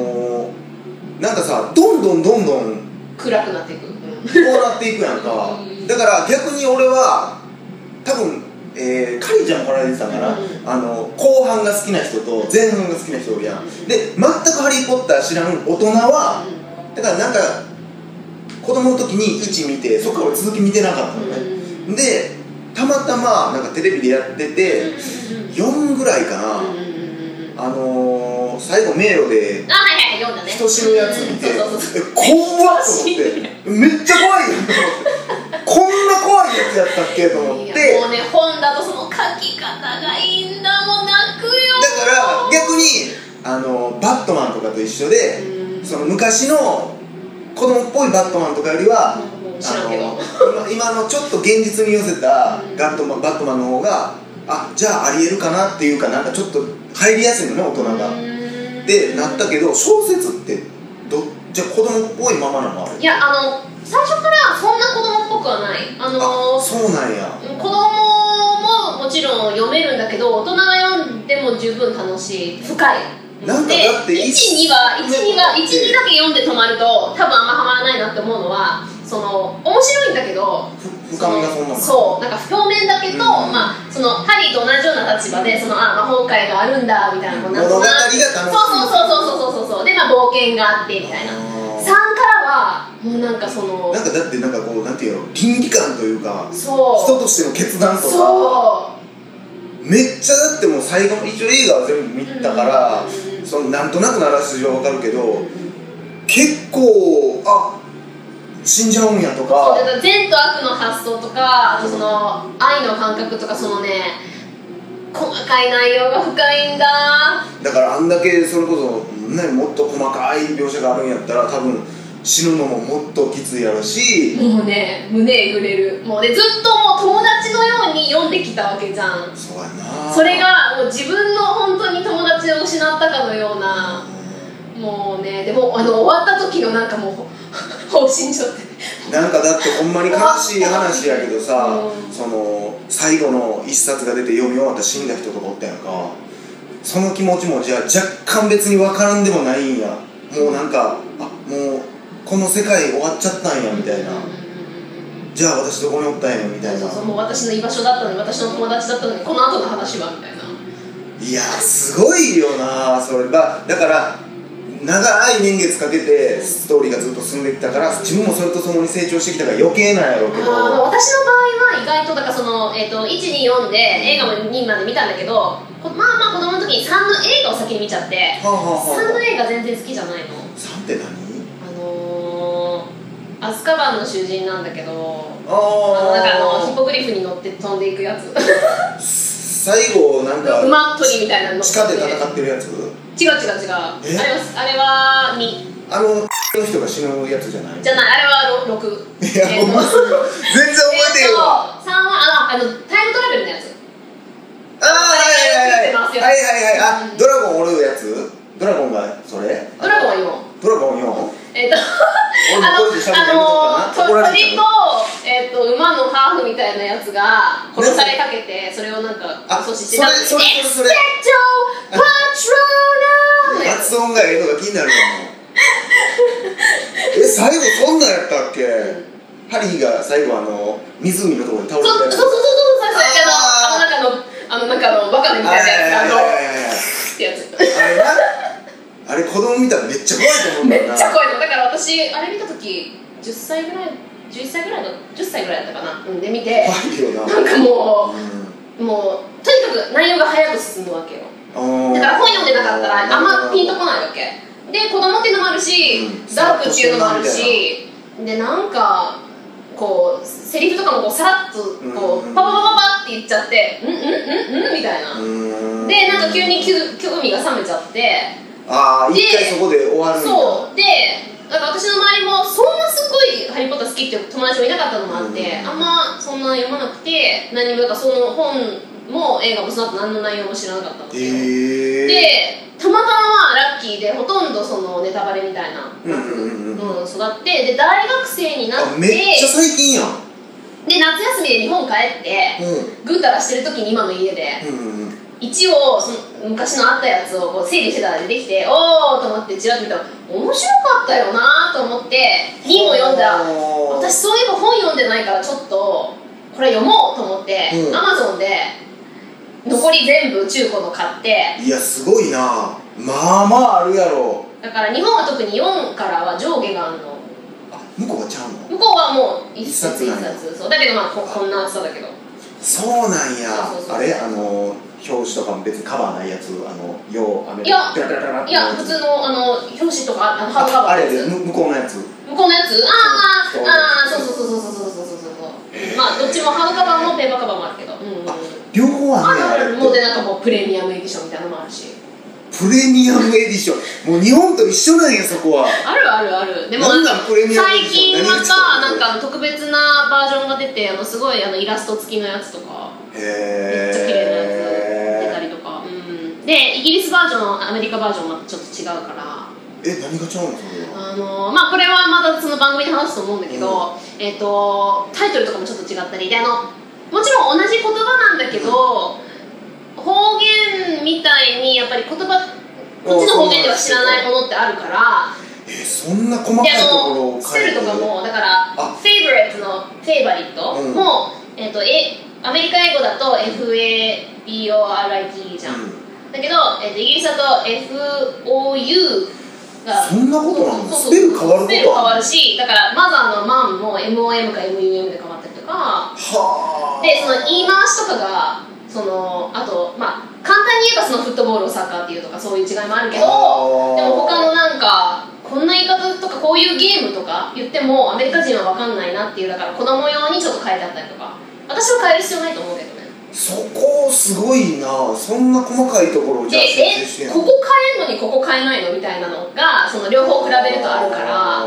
A: ー、なんかさどんどんどんどん
B: 暗くなっていく、うん
A: こうなっていくやんか
B: うん
A: だから逆に俺は多分えー、カリちゃんも来られてたから、
B: うん
A: あの後半が好きな人と前半が好きな人おるやんで全く「ハリー・ポッター」知らん大人はだからなんか子供の時に1見てそこから俺続き見てなかったのね、でたまたまなんかテレビでやってて4ぐらいかな、あのー、最後迷路で
B: あはいはい読んだね
A: 人死ぬやつ見て、
B: うんそうそうそう
A: え怖っと思 ってめっちゃ怖いよこんな怖いやつやったっけと思って
B: いや
A: だ
B: もう
A: か
B: ね本だとその書き方がいいんだもん泣くよ
A: ら逆にあのバットマンとかと一緒で
B: うん
A: その昔の子供っぽいバットマンとかよりは
B: うん知
A: あ
B: らんけど
A: の今のちょっと現実に寄せた
B: うん
A: ガットマンバットマンの方があじゃあありえるかなっていうかなんかちょっと入りやすいのね大人が。でなったけど小説ってどじゃあ子供っぽいままなのあれ
B: いやあの最初からそんな子供っぽくはないあの
A: あそうなんや
B: 子供ももちろん読めるんだけど大人が読んでも十分楽しい深い
A: なんか
B: で
A: だってい
B: 12は12は12だけ読んで止まると多分あんまハマらないなって思うのはその面白いんだけど
A: 俯瞰がそんなもん
B: そうなんか表面だけと、
A: うん
B: まあそのハリーと同じような立場でそのあ魔法界があるんだみたいなこうなんと
A: 物語が
B: な
A: 楽しい
B: そうそうそうそうそうそうそうでまあ冒険があってみたいな3からはもうなんかその
A: なんかだってなんかこうなんていうの倫理観というか
B: そう
A: 人としての決断とか
B: そう
A: めっちゃだってもう最後の一応映画は全部見たから、
B: うん
A: そのなんとなくならすじはわかるけど結構あ死んじゃうんやと
B: そう
A: か
B: だから善と悪の発想とかあとその愛の感覚とかそのね細かい内容が深いんだ
A: だからあんだけそれこそ、ね、もっと細かい描写があるんやったら多分死ぬのももっときついやろし、
B: もうね胸えぐれるもうねずっともう友達のように読んできたわけじゃん
A: そうやな
B: それがもう自分の本当に友達を失ったかのようなもうねでもあの終わった時のなんかもう 放心状態
A: なんかだってほんまに悲しい話やけどさ、
B: うん
A: その最後の一冊が出て読み終わった死んだ人とかおったやんかその気持ちもじゃあ若干別に分からんでもないんやもうなんかあもうこの世界終わっちゃったんやみたいな、じゃあ私どこにおったんやみたい
B: そ
A: な
B: うそうもう私の居場所だったのに私の友達だったのにこの後の話はみたいない
A: やーすごいよなそれがだから長い年月かけてストーリーがずっと進んできたから自分もそれと共に成長してきたから余計なんやろうけど
B: あー私の場合は意外とだからその、えー、と124で映画も2まで見たんだけどこまあまあ子供の時に3の映画を先に見ちゃって
A: はあはあ
B: 3の
A: は
B: 映画全然好きじゃないの
A: あ3って何
B: あのー、アスカバンの囚人なんだけどあのなんかあのヒッ
A: あ
B: ポグリフに乗って飛んでいくやつ
A: あ最後なんか
B: 馬取りみたいなの乗
A: 地下で戦
B: っ
A: ってるやつ
B: て違う違う違うあ
A: え
B: れはあれは2
A: あのの人が死ぬやつじゃない
B: じゃないあれは 6,
A: いやお前全然覚えてへんわ
B: 3はあのあのタイムトラベルのやつ
A: ああはいはいはい
B: 覚えてますよ
A: はいはいはいあドラゴンおるやつドラゴンがそれ
B: ドラゴンは
A: ン
B: 4
A: ドラゴン4
B: えっと、
A: 俺もこれで喋るのやめ
B: あ
A: とこ
B: の、
A: うかな怒ら
B: あの
A: れちゃ
B: 鳥と、えっと、馬のハーフみたいなやつが殺されかけて、それをなんか、
A: あ
B: 阻止してた。
A: それそれそれそれ
B: エクセットパトローナーのやつ
A: 発音がええのが気になるよもうえ最後そんなんやったっけハリーが最後あの湖のところに倒
B: そ
A: れ
B: うそうそう
A: て
B: そう
A: るやつ
B: そうそう
A: あ
B: あの、あの、なんかあの、あの、なんかあの、バカみ
A: はいは
B: た
A: い
B: いなや
A: はい
B: つ
A: は
B: が、あの、っ
A: いはい
B: てやつ。
A: あれなあれ子供見たらめっちゃ怖いと思うんだ
B: め
A: よな
B: っちゃ怖いの。だから私、あれ見たとき、10歳ぐらい、11歳ぐらいの、10歳ぐらいだったかな。うん、で見て、
A: 怖いよな
B: なんかも
A: う
B: う、もう、とにかく内容が早く進むわけよ。
A: ん
B: だから本読んでなかったらあんまピンとこないわけで子供っていうのもあるし、
A: うん
B: ダークっていうのもあるしでなんかこうセリフとかもこうさらっとこ
A: う
B: うんパパパパパって言っちゃってうんうんうんうんみたいな、
A: うん
B: でなんか急に興興味が冷めちゃって
A: ああ
B: で
A: 一回そこで終わるんだ
B: そうでなんか私の周りもそんなすごい「ハリー・ポッター」好きっていう友達もいなかったのもあって、
A: うん
B: あんまそんな読まなくて何もだからその本も映画もその後何の内容も知らなかったんですよ、
A: へえ
B: でたまたまラッキーでほとんどそのネタバレみたいな
A: うんうんうん
B: のを育ってで大学生になっ
A: あ
B: て
A: めっちゃ最近やん
B: で夏休みで日本帰って
A: う
B: ぐうたらしてる時に今の家で
A: んうんうん
B: 一応その昔のあったやつをこう整理してたら出てきておーと思ってちらっと見たら面白かったよなと思って2も読んだら
A: おー
B: 私そういえば本読んでないからちょっとこれ読もうと思って
A: うん
B: アマゾンで残り全部中古の買って
A: いやすごいなまあまああるやろ
B: だから日本は特に4からは上下があるの
A: あ向こうがちゃうの
B: 向こうはもう一冊
A: 一冊
B: 一
A: なんや
B: 冊そうだけどまあここんな厚さだけど
A: そうなんや
B: そうそうそう
A: あれあの表紙とかも別にカバーないやつあのようあれ
B: いや
A: ペラペラペラペラ
B: いや普通のあの表紙とかあのハードカ
A: あ
B: バ
A: あ
B: ー
A: れ
B: のや
A: で
B: つ
A: む向こうのやつ
B: 向こうのやつあー
A: そう
B: あーあーそうそうそうそうそうそうそうそうそうまあどっちもハードカバーもペーパーカバーもあるけどうんうんうん
A: あ両方あんねや
B: あ
A: あれっ
B: るある
A: て
B: もうでなんかもうプレミアムエディションみたいなのもあるし
A: プレミアムエディションもう日本と一緒なんやそこは
B: あるあるあるでも
A: なん
B: か
A: なんプレミアムエディシ
B: 最
A: ョン
B: 近またな
A: 何
B: んかあの特別なバージョンが出てあのすごいあのイラスト付きのやつとかめっちゃ綺麗なやつ出た
A: へ
B: りとかうんでイギリスバージョンアメリカバージョンはちょっと違うから
A: ええ何がちゃうのそれは
B: あのまあこれはまだその番組で話すと思うんだけど、えっ、とタイトルとかもちょっと違ったりであのもちろん同じ言葉なんだけど、方言みたいにやっぱり言葉こっちの方言では知らないものってあるから
A: えそんな細か
B: で
A: いところ
B: あ
A: を
B: のセ
A: 変え
B: ル
A: て
B: とかもだから
A: あ
B: フェイブレットのフェイバリット
A: うん
B: も、えっ、とえアメリカ英語だと FABORIT じゃん、だけど、えっとイギリスだと FOU が
A: そんなことなの
B: そうそう
A: スペル変わることある
B: スペル変わるしだからマザーのマンも MOM か MUM で変わったりとか
A: はあ
B: でその言い回しとかがそのあとまあ簡単に言えばそのフットボールをサッカーっていうとかそういう違いもあるけどで
A: あー
B: も他のなんかこんな言い方とかこういうゲームとか言ってもアメリカ人は分かんないなっていうだから子供用にちょっと変えてあったりとか私は変える必要ないと思うけどね
A: そこすごいなそんな細かいところをじ
B: で
A: ゃあ設定して
B: え
A: ん
B: ここ変えんのにここ変えないのみたいなのがその両方比べるとあるから
A: あ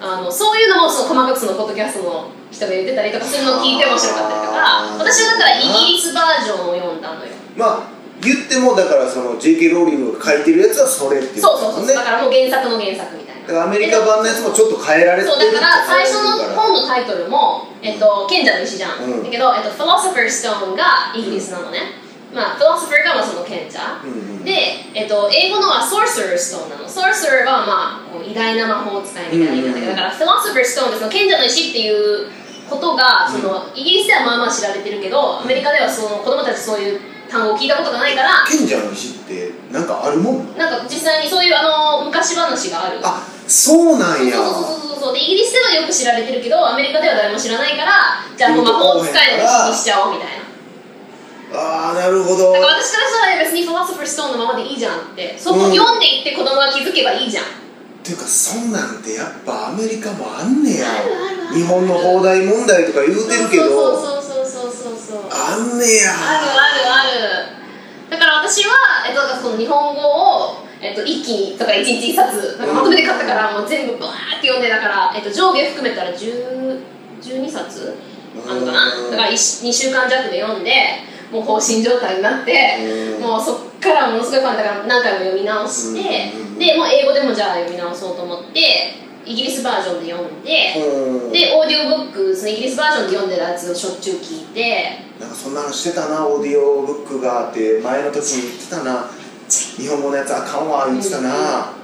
B: あのそういうのもその細かくそのポッドキャストの人が言ってたりとかそういうのを聞いて面白かったりと
A: あー
B: か私はだからイギリスバージョンを読んだのよ
A: ーまあ言ってもだからその JK ローリングが書いてるやつはそれっていうこ
B: そ
A: と
B: うそうそう、だからもう原作の原作みたい
A: だ
B: な
A: からアメリカ版のやつもちょっと変えられてる
B: そうだから
A: ってこと
B: 最初
A: だ
B: の本のタイトルも「えっと、賢者の石」じゃん、
A: うん
B: だけど、えっと「Philosopher's Stone」がイギリスなのね、まあ Philosopher がまあその賢者、
A: うんうん
B: で、えっと、英語のは Sorcerer's Stone なの Sorcerer はまあこう偉大な魔法使いみたいな意味なんだけど、
A: うん
B: だから Philosopher's Stone ってその賢者の石っていうことがその、イギリスではまあまあ知られてるけどアメリカではその子供たちそういう単語を聞いたことがないから
A: 賢者の石ってなんかあるもんな
B: なんか実際にそういうあの昔話がある
A: あそうなんや
B: そうそうそうそうそうでイギリスではよく知られてるけどアメリカでは誰も知らないからじゃあもう魔法使いの石にしちゃおうみたいな
A: ああなるほど
B: だから私からしたら別にフィロソファーストーンのままでいいじゃんってそこ
A: うん
B: 読んでいって子供が気づけばいいじゃん、
A: ていうかそんなんてやっぱアメリカもあんねや
B: あるあるある
A: 日本の放題問題とか言うてるけど
B: そうそうそうそうそうそう
A: あんねや
B: あるあるあるだから私は、えっと、だからその日本語を、えっと、一気にとか一日一冊なんかまとめて買ったからもう全部バーって読んでだから、えっと、上下含めたら10 12冊あるのか
A: うん
B: なだから1 2週間弱で読んでもう放心状態になって
A: うん
B: もうそっからものすごいファンだから何回も読み直して
A: うん
B: でもう英語でもじゃあ読み直そうと思ってイギリスバージョンで読んで
A: うん
B: でオーディオブックそのイギリスバージョンで読んでるやつをしょっちゅう聞いて
A: なんかそんなのしてたなオーディオブックがあって前の時に言ってたな日本語のやつあかんわ言ってたな
B: ハ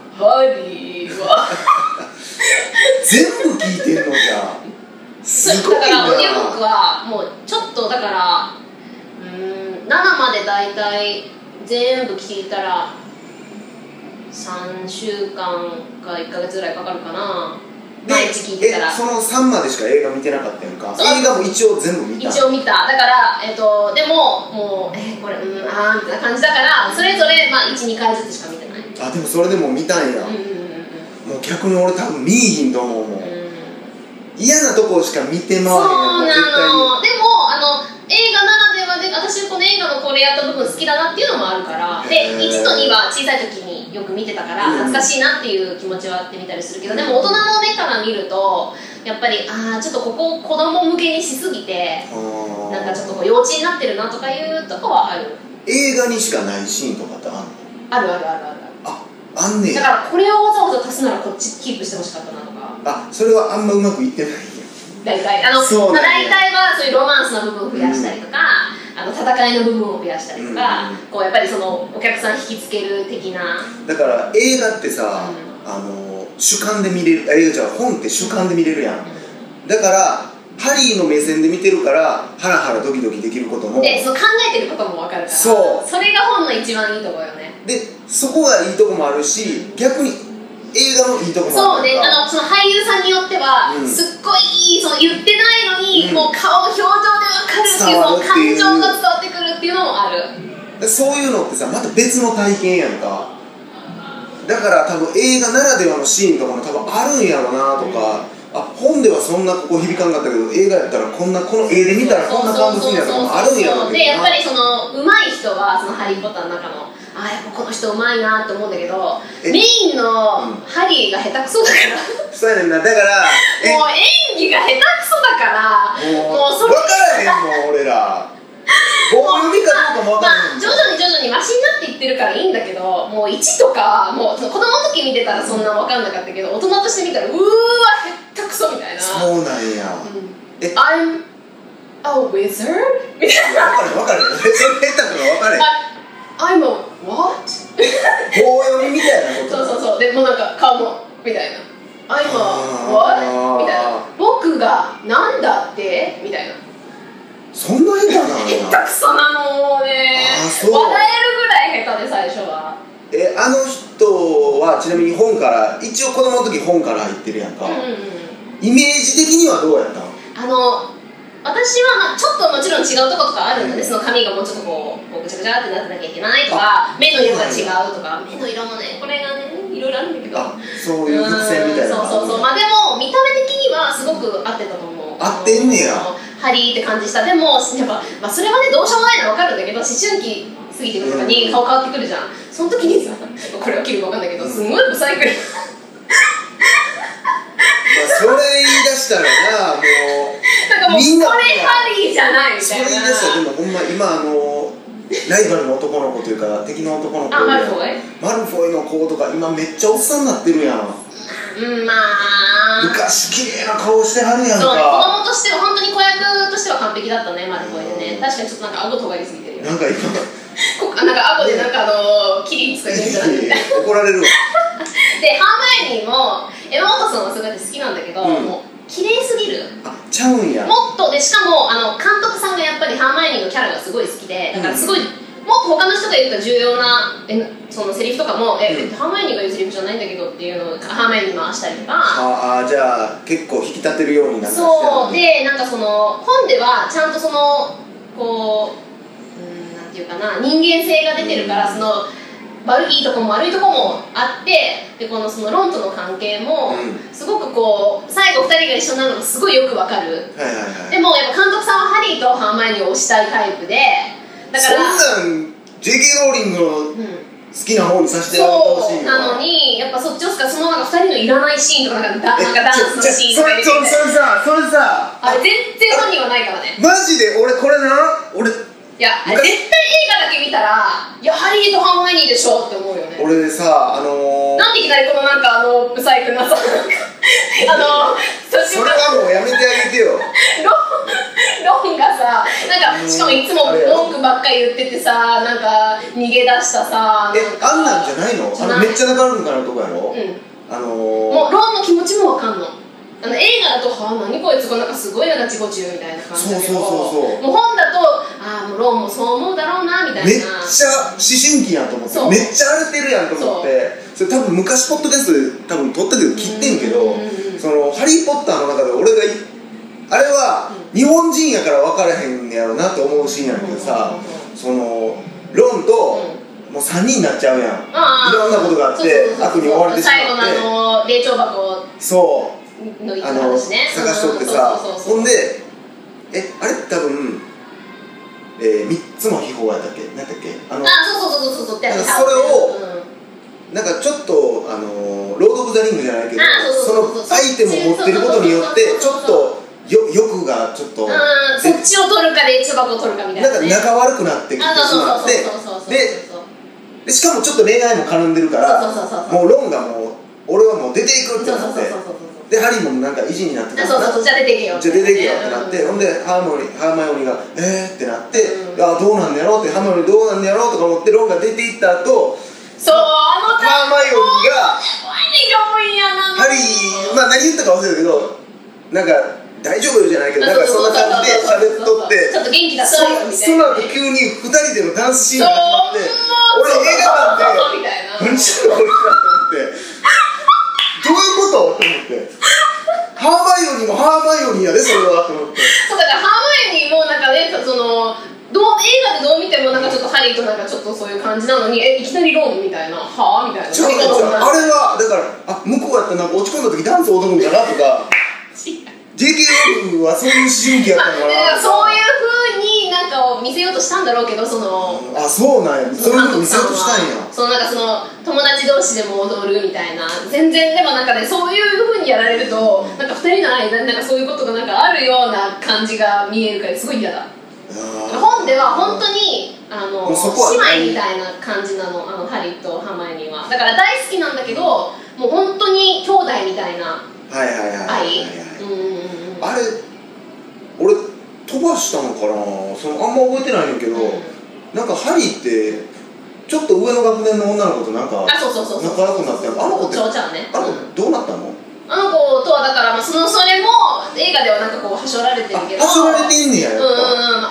B: リーは
A: 全部聞いてんのじ ゃす
B: そう
A: ごい
B: だから
A: な
B: オーディオブックはもうちょっとだからうーん7まで大体全部聞いたら3週間か1か月ぐらいかかるかな毎日聞いてたら
A: えその3までしか映画見てなかったやんか
B: そう
A: 映画も一応全部見た
B: 一応見ただから、えっとでももうえーこれうんあーみたいな感じだからそれぞれ、まあ、12回ずつしか見てないうん
A: あでもそれでも見たんや、
B: うんうんうん
A: もう逆に俺多分見いひんと思うもん
B: うん
A: 嫌なとこしか見てま
B: そう
A: わへんやん絶対に
B: なのでもあの映画ならではで私この映画のこれやった部分好きだなっていうのもあるからで
A: へー
B: 1と2は小さい時によく見てたから
A: うん
B: 懐かしいなっていう気持ちはあって見たりするけどでも大人の目から見るとやっぱりああちょっとここを子供向けにしすぎて
A: あー
B: なんかちょっとこう幼稚になってるなとかいうとこはある
A: 映画にしかないシーンとかってあんの
B: あるあるあるある
A: ああんね
B: だ
A: や
B: からこれをわざわざ足すならこっちキープしてほしかったなとか
A: あそれはあんまうまくいってないんや
B: 大体あの、
A: そう
B: ま
A: な
B: あ、
A: ん
B: 大
A: や
B: 体はそういうロマンスの部分を増やしたりとか、あの戦いの部分を増やしたりとか、
A: うん
B: こうやっぱりそのお客さん引きつける的な
A: だから映画ってさ、あの主観で見れるあ映画じゃあ本って主観で見れるやんだからハリーの目線で見てるからハラハラドキドキできることも
B: でその考えてることも分かるから
A: そう
B: それが本の一番いいところよね
A: でそこがいいとこもあるし逆に映画のいいとこも
B: そ
A: あ
B: う
A: る
B: ね、
A: から
B: あのその俳優さんによっては、
A: うん
B: すっごいその言ってないのに、
A: うん
B: もう顔表情で分かるしそ
A: 伝わ
B: の
A: るってい
B: 感
A: う
B: 情が伝わってくるっていうのもある
A: でそういうのってさまた別の体験やんかだから多分映画ならではのシーンとかも多分あるんやろなとか、あ本ではそんなここ響かんかったけど映画やったらこんなこの絵で見たらこんな感動するんやとかもあるんやろうけどな
B: でやっぱりその上手い人はその「ハリー・ポッター」の中のあーやっぱこの人上手いなと思うんだけど
A: え
B: メイン
A: うん
B: のハリーが下手くそだから
A: そうやねんなだからえ
B: もう演技が下手くそだから
A: もう
B: もうそ
A: 分
B: れ
A: からへんもん俺ら棒読みかどうかも分
B: ま
A: からへ
B: あ
A: ん
B: 徐々に徐々にマシになっていってるからいいんだけどもう1とかもうその子供の時見てたらそんな分かんなかったけど大人として見たらうーわ下手くそみたいな
A: そうなんや、え
B: 「I'm a wizard」みたい
A: いや分かる分かるそれ下手なの分からへん
B: な「I'm a what?」
A: 棒読みみたいなこと
B: そうそうそうでもうなんか顔もみたいな「I'm a
A: あー
B: what?」みたいな「僕がなんだって?」みたいな
A: そんな下手なの
B: 下手くそなのもうね
A: あーそう
B: 笑えるぐらい下手で最初は
A: えあの人はちなみに本から一応子供の時本から入ってるやん
B: う
A: か、
B: んうんうん
A: イメージ的にはどうやったの
B: あの私はまあちょっともちろん違うとことかあるので、
A: うん
B: その髪がもうちょっとこうこうぐちゃぐちゃってなってなきゃいけないとか目の色が違うとか目の色もねこれがねいろいろあるんだけど
A: あそういう伏線みたいな
B: う
A: の
B: んそうそうそうまあでも見た目的にはすごく合ってたと思う
A: 合ってんねや
B: あのハリーって感じしたでもやっぱ、まあ、それはねどうしようもないの分かるんだけど思春期過ぎてくるとかに
A: うん
B: 顔変わってくるじゃんその時にさ これは切るか分かんないけどすごいブサイクル
A: まあそれ言い出したらなもう
B: なんかもう
A: みんな
B: これハリーじゃないみ
A: そ
B: た
A: れ
B: いな
A: 言い出したらでもほんま今あのライバルの男の子というか敵の男の子
B: あマルフォイ
A: マルフォイの子とか今めっちゃおっさんになってるやん
B: うんまあ
A: 昔綺麗な顔してはるやん
B: そうね
A: か
B: 子供としては本当に子役としては完璧だったねマルコイ
A: う
B: でね
A: ん
B: 確かにちょっとなんか顎とがりすぎてるよね
A: なんか今
B: こあなんか顎でなんかあのキリンつかれてるんじゃないみたいな
A: 怒られるわ
B: でハーマイオニーもエマ・ワトソンはすごい好きなんだけど、
A: うん
B: もう綺麗すぎる
A: あちゃうんや
B: もっとでしかもあの監督さんがやっぱりハーマイオニーのキャラがすごい好きでだからすごい、もっと他の人が言うと重要なえそのセリフとかも、え
A: うん
B: ハーマイオニーが言うセリフじゃないんだけどっていうのをハーマイオニーに回したりとか、
A: ああじゃあ結構引き立てるようになった
B: そう
A: ね
B: でなんかその本ではちゃんとそのこううんなんていうかな人間性が出てるから、その悪いいとこも悪いとこもあってでこのそのロンとの関係も、
A: う
B: すごくこう最後2人が一緒になるのがすごいよくわかる
A: はいはいはい
B: でもやっぱ監督さんはハリーとハーマイオニーを推したいタイプでだから
A: そんなん JK ローリングの好
B: うん
A: きな方にさせてやってほし
B: そ
A: いう
B: なのにやっぱそっちをすかそのなんか2人のいらないシーンとかなんかダなんかダンスのシーンと
A: そ
B: か入
A: れ
B: れ
A: ち
B: て
A: ょそれさそれさ
B: あれ全然本人はないからね
A: マジで俺これな俺
B: いやあれ絶対映画だけ見たらいやハリーとハーマイオニーでしょって思うよね
A: 俺さあのー、
B: なんでいきなりこのなんかあのブサイクなさなんかあの年
A: そ
B: を
A: れはもうやめてあげてよ
B: ロンロンがさなんかしかもいつも文句ばっかり言っててさなんか逃げ出したさ
A: え
B: なんか
A: あんなんじゃないの
B: じゃ
A: あ
B: ない
A: のめっちゃ仲悪くなるとこやろ、
B: う
A: あの
B: ん
A: ー、
B: もうロンの気持ちもわかんのあの映画だと「はあ何こいつこうなんかすごいなんか自己中」みたいな感じだけど
A: そうそうそうそう
B: もう本だと「ああもうロンもそう思うだろうな」みたいな
A: めっちゃ思春期やんと思って
B: そう
A: めっちゃ荒れてるやんと思ってそれ多分昔ポッドキャストで多分撮ったけど切ってんけ
B: うん
A: ど
B: うんうん
A: その「ハリー・ポッター」の中で俺がいあれは日本人やから分からへんやろなと思うシーンやねんけどさそのロンともう3人になっちゃうやん
B: ああ
A: いろんなことがあって
B: そうそうそうそう
A: 悪に追われてしまって
B: 最後のあの冷凍箱
A: そう
B: の言い
A: あ
B: 方
A: の
B: だしね
A: 探しとってさ
B: うんそうそうそうそう
A: ほんでえあれ多分、えー、3つも秘宝やったっけ何だっけあの
B: あそうそうそうそうそうってやつ
A: だからそれを
B: うん
A: なんかちょっとあのーロード・オブ・ザ・リングじゃないけど
B: あそうそうそうそう
A: そのアイテムを持ってることによってちょっとよ欲がちょっと
B: うんそっちを取るかで一箱を取るかみたい
A: な
B: なん
A: か
B: ね
A: 仲悪くなってきてし
B: あ
A: ま
B: そう
A: っ
B: そう
A: て
B: そうそうそうそう
A: ででしかもちょっと恋愛も絡んでるから
B: そうそうそうそう
A: もうロンがもう俺はもう出ていくって
B: そうそう
A: なって
B: そうそうそうそう
A: でハリーもなんか意地になってた
B: あ
A: ん
B: そう
A: だな
B: そうそうじゃあ出てけよ
A: じゃあ出てけよってなって、
B: うん
A: ほんでハーモニーハーマイオニーが「えー?」ってなって「
B: うん
A: あどうなんのやろ?」ってハーマイオニーどうなんのやろとか思ってロンが出て行った後
B: そうあの
A: ハ
B: タ
A: ーマイオニーが
B: 何が多いんやな
A: ハリーまあ何言ったか忘れたけどなんか「大丈夫よ」じゃないけどなんかそんな感じで喋っとって
B: ちょっと元気出そうよみ
A: そ
B: た
A: そ
B: いな
A: の後急に2人でのダンスシーン
B: そう
A: が始まって俺映画館で
B: みたいな
A: 何してんのこいつらと思ってどういうことと思ってハーマイオニーもハーマイオニーやでそれはと思って
B: そうだからハーマイオニーもなんかねそのどう映画でどう見てもなんかちょっとハリーとなんかちょっとそういう感じなのにえいきなりローンみたいなはあみたいな
A: 違う違う違うあれはだからあ向こうやったらなんか落ち込んだ時ダンス踊るんだなとか JK ローリングはそういう思春期やったのか
B: まあだから
A: な
B: そういうふうになんかを見せようとしたんだろうけどその
A: あそうなんやそういうこと見せようとしたんや
B: そのなんかその友達同士でも踊るみたいな全然でもなんかねそういうふうにやられるとなんか二人の間になんかそういうことがなんかあるような感じが見えるからすごい嫌だ本では本当にあ
A: も
B: の
A: うそこは
B: 姉妹みたいな感じなのあのハリーとハマイオニーはだから大好きなんだけどもう本当に兄弟みたいな
A: 当はいはいはいはい、はい
B: 愛
A: はい
B: うんうんうん
A: あれ俺飛ばしたのかなそのあんま覚えてないんやけど、
B: うん
A: なんかハリーってちょっと上の学年の女の子となんか
B: あそうそうそうそう
A: 仲良くなってあの子って
B: そうちゃんね
A: あの
B: うん
A: 子どうなったの、
B: あの子とはだから、まあ、そのそれも映画ではなんかこうはしょられてる
A: あ
B: けど
A: 走られてんねや
B: うん
A: や
B: う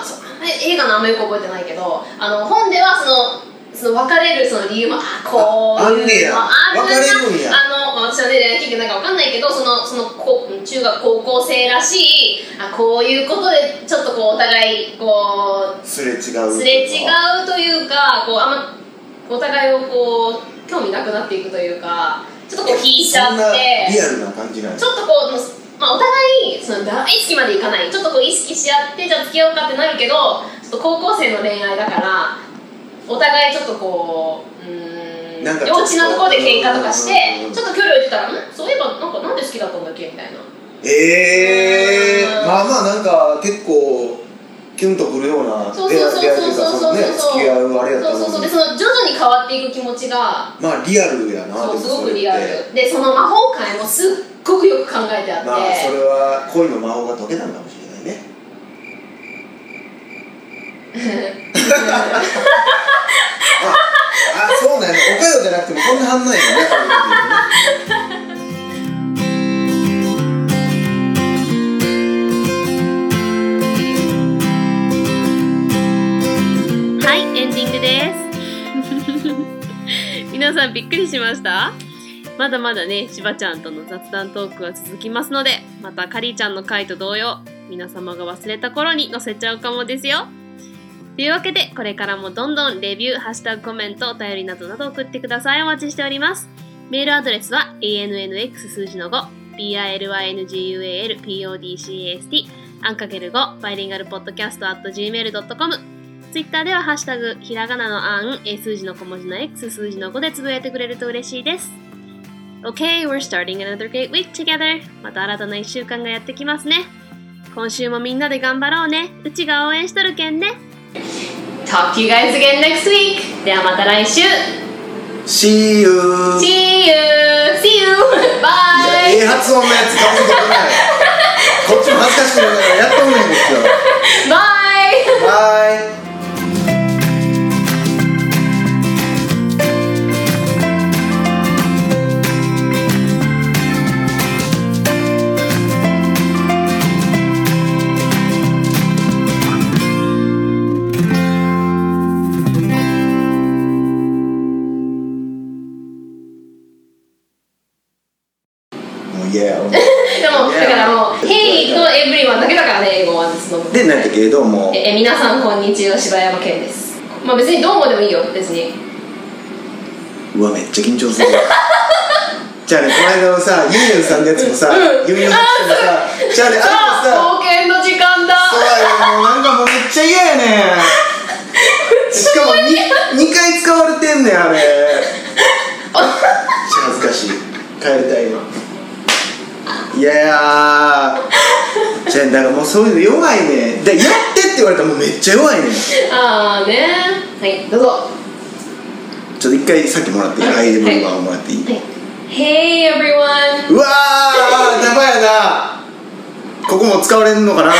A: っぱ、
B: んうん、まあ、そうあんまり映画のあんまよく覚えてないけどあの本ではそのその別れるその理由もあこう
A: ああんねや
B: まああるな
A: 別れるんや
B: あのまあ私はね恋愛経験なんかわかんないけどそのそのこう中学高校生らしいあこういうことでちょっとこうお互いこう
A: すれ違う
B: すれ違うというかこうあんまお互いをこう興味なくなっていくというかちょっとこう引いちゃ
A: そ
B: っ
A: んな
B: て
A: リアルな感じなんや
B: ちょっとこうもう、まあ、お互いその大好きまでいかないちょっとこう意識し合ってじゃあ付き合おうかってなるけどちょっと高校生の恋愛だからお互いちょっとこううーん
A: なんかちょっ
B: 幼
A: と
B: 稚なところで喧嘩とかし
A: うんうんうんうん
B: てちょっと距離を置いてたらんそういえばなんかなんで好きだったんだっけみたいな
A: ええ
B: う
A: ー、
B: ん
A: まあまあなんか結構キュンとくるような
B: そうそうそう
A: 出会いとい
B: そう
A: うか
B: そう
A: そ
B: そ
A: の
B: う
A: ね
B: そう
A: 付き合うあれやった
B: そうそうそ
A: の
B: うで
A: に
B: その徐々に変わっていく気持ちが
A: まあリアルやな
B: そう
A: ですもそ
B: ご
A: れ
B: く
A: って
B: リアルでその魔法界もすっごくよく考えてあって、
A: まあそれは恋の魔法が解けたのかもしれないねああそうなんやおかよじゃなくてもこんな反応やね
B: はい、エンディング です。皆さんびっくりしましたまだまだね、しばちゃんとの雑談トークは続きますので、またかりーちゃんの回と同様、皆様が忘れた頃に載せちゃうかもですよ。というわけで、これからもどんどんレビュー、ハッシュタグコメント、お便りなどなど送ってください。お待ちしております。メールアドレスは anx 数字の5、bilyngualpodcast、アンかける5、バイリンガルポッドキャスト at gmail.com ツイッターでは「ハッシュタグひらがなのあん」えー数字の小文字の X 数字の5でつぶやいてくれると嬉しいです。Okay, we're starting another great week together. また新たな1週間がやってきますね。今週もみんなで頑張ろうね。うちが応援しとるけんね。Talk to you guys again next week. ではまた来週。
A: See you
B: See you! See you!
A: いや
B: Bye!
A: ええ発音のやつかぶってこないこっちも恥ずかしくなるからやっとんねんですよ
B: Bye!
A: バイもう嫌や俺
B: でも、だからもう、Hey と Everyone だけだからね、英語はそ の。
A: でなんだっけどうも
B: ええ皆さんこんにちは柴山健ですまあ別にどうもでもいいよ別に
A: うわめっちゃ緊張するじゃあね、この間のさ、ゆうゆうさんのやつもさ、
B: うん
A: ゆうゆうさんのさ、じゃあね、
B: さ
A: あれもさ、
B: あ冒険の時間だ
A: そうやね、もうなんかもうめっちゃ嫌やねしかも 2, 二回使われてんねん、 あれ。恥ずかしい。帰りたい今。いやー、じゃあね、だからもうそういうの弱いねで、やってって言われたらもうめっちゃ弱いね
B: ああねはいどうぞは
A: ちょっと一回さっきもらっていい
B: はい
A: アイエムバーもらっていい、
B: い Hey everyone
A: うわー、やばいやな。ここも使われんのかな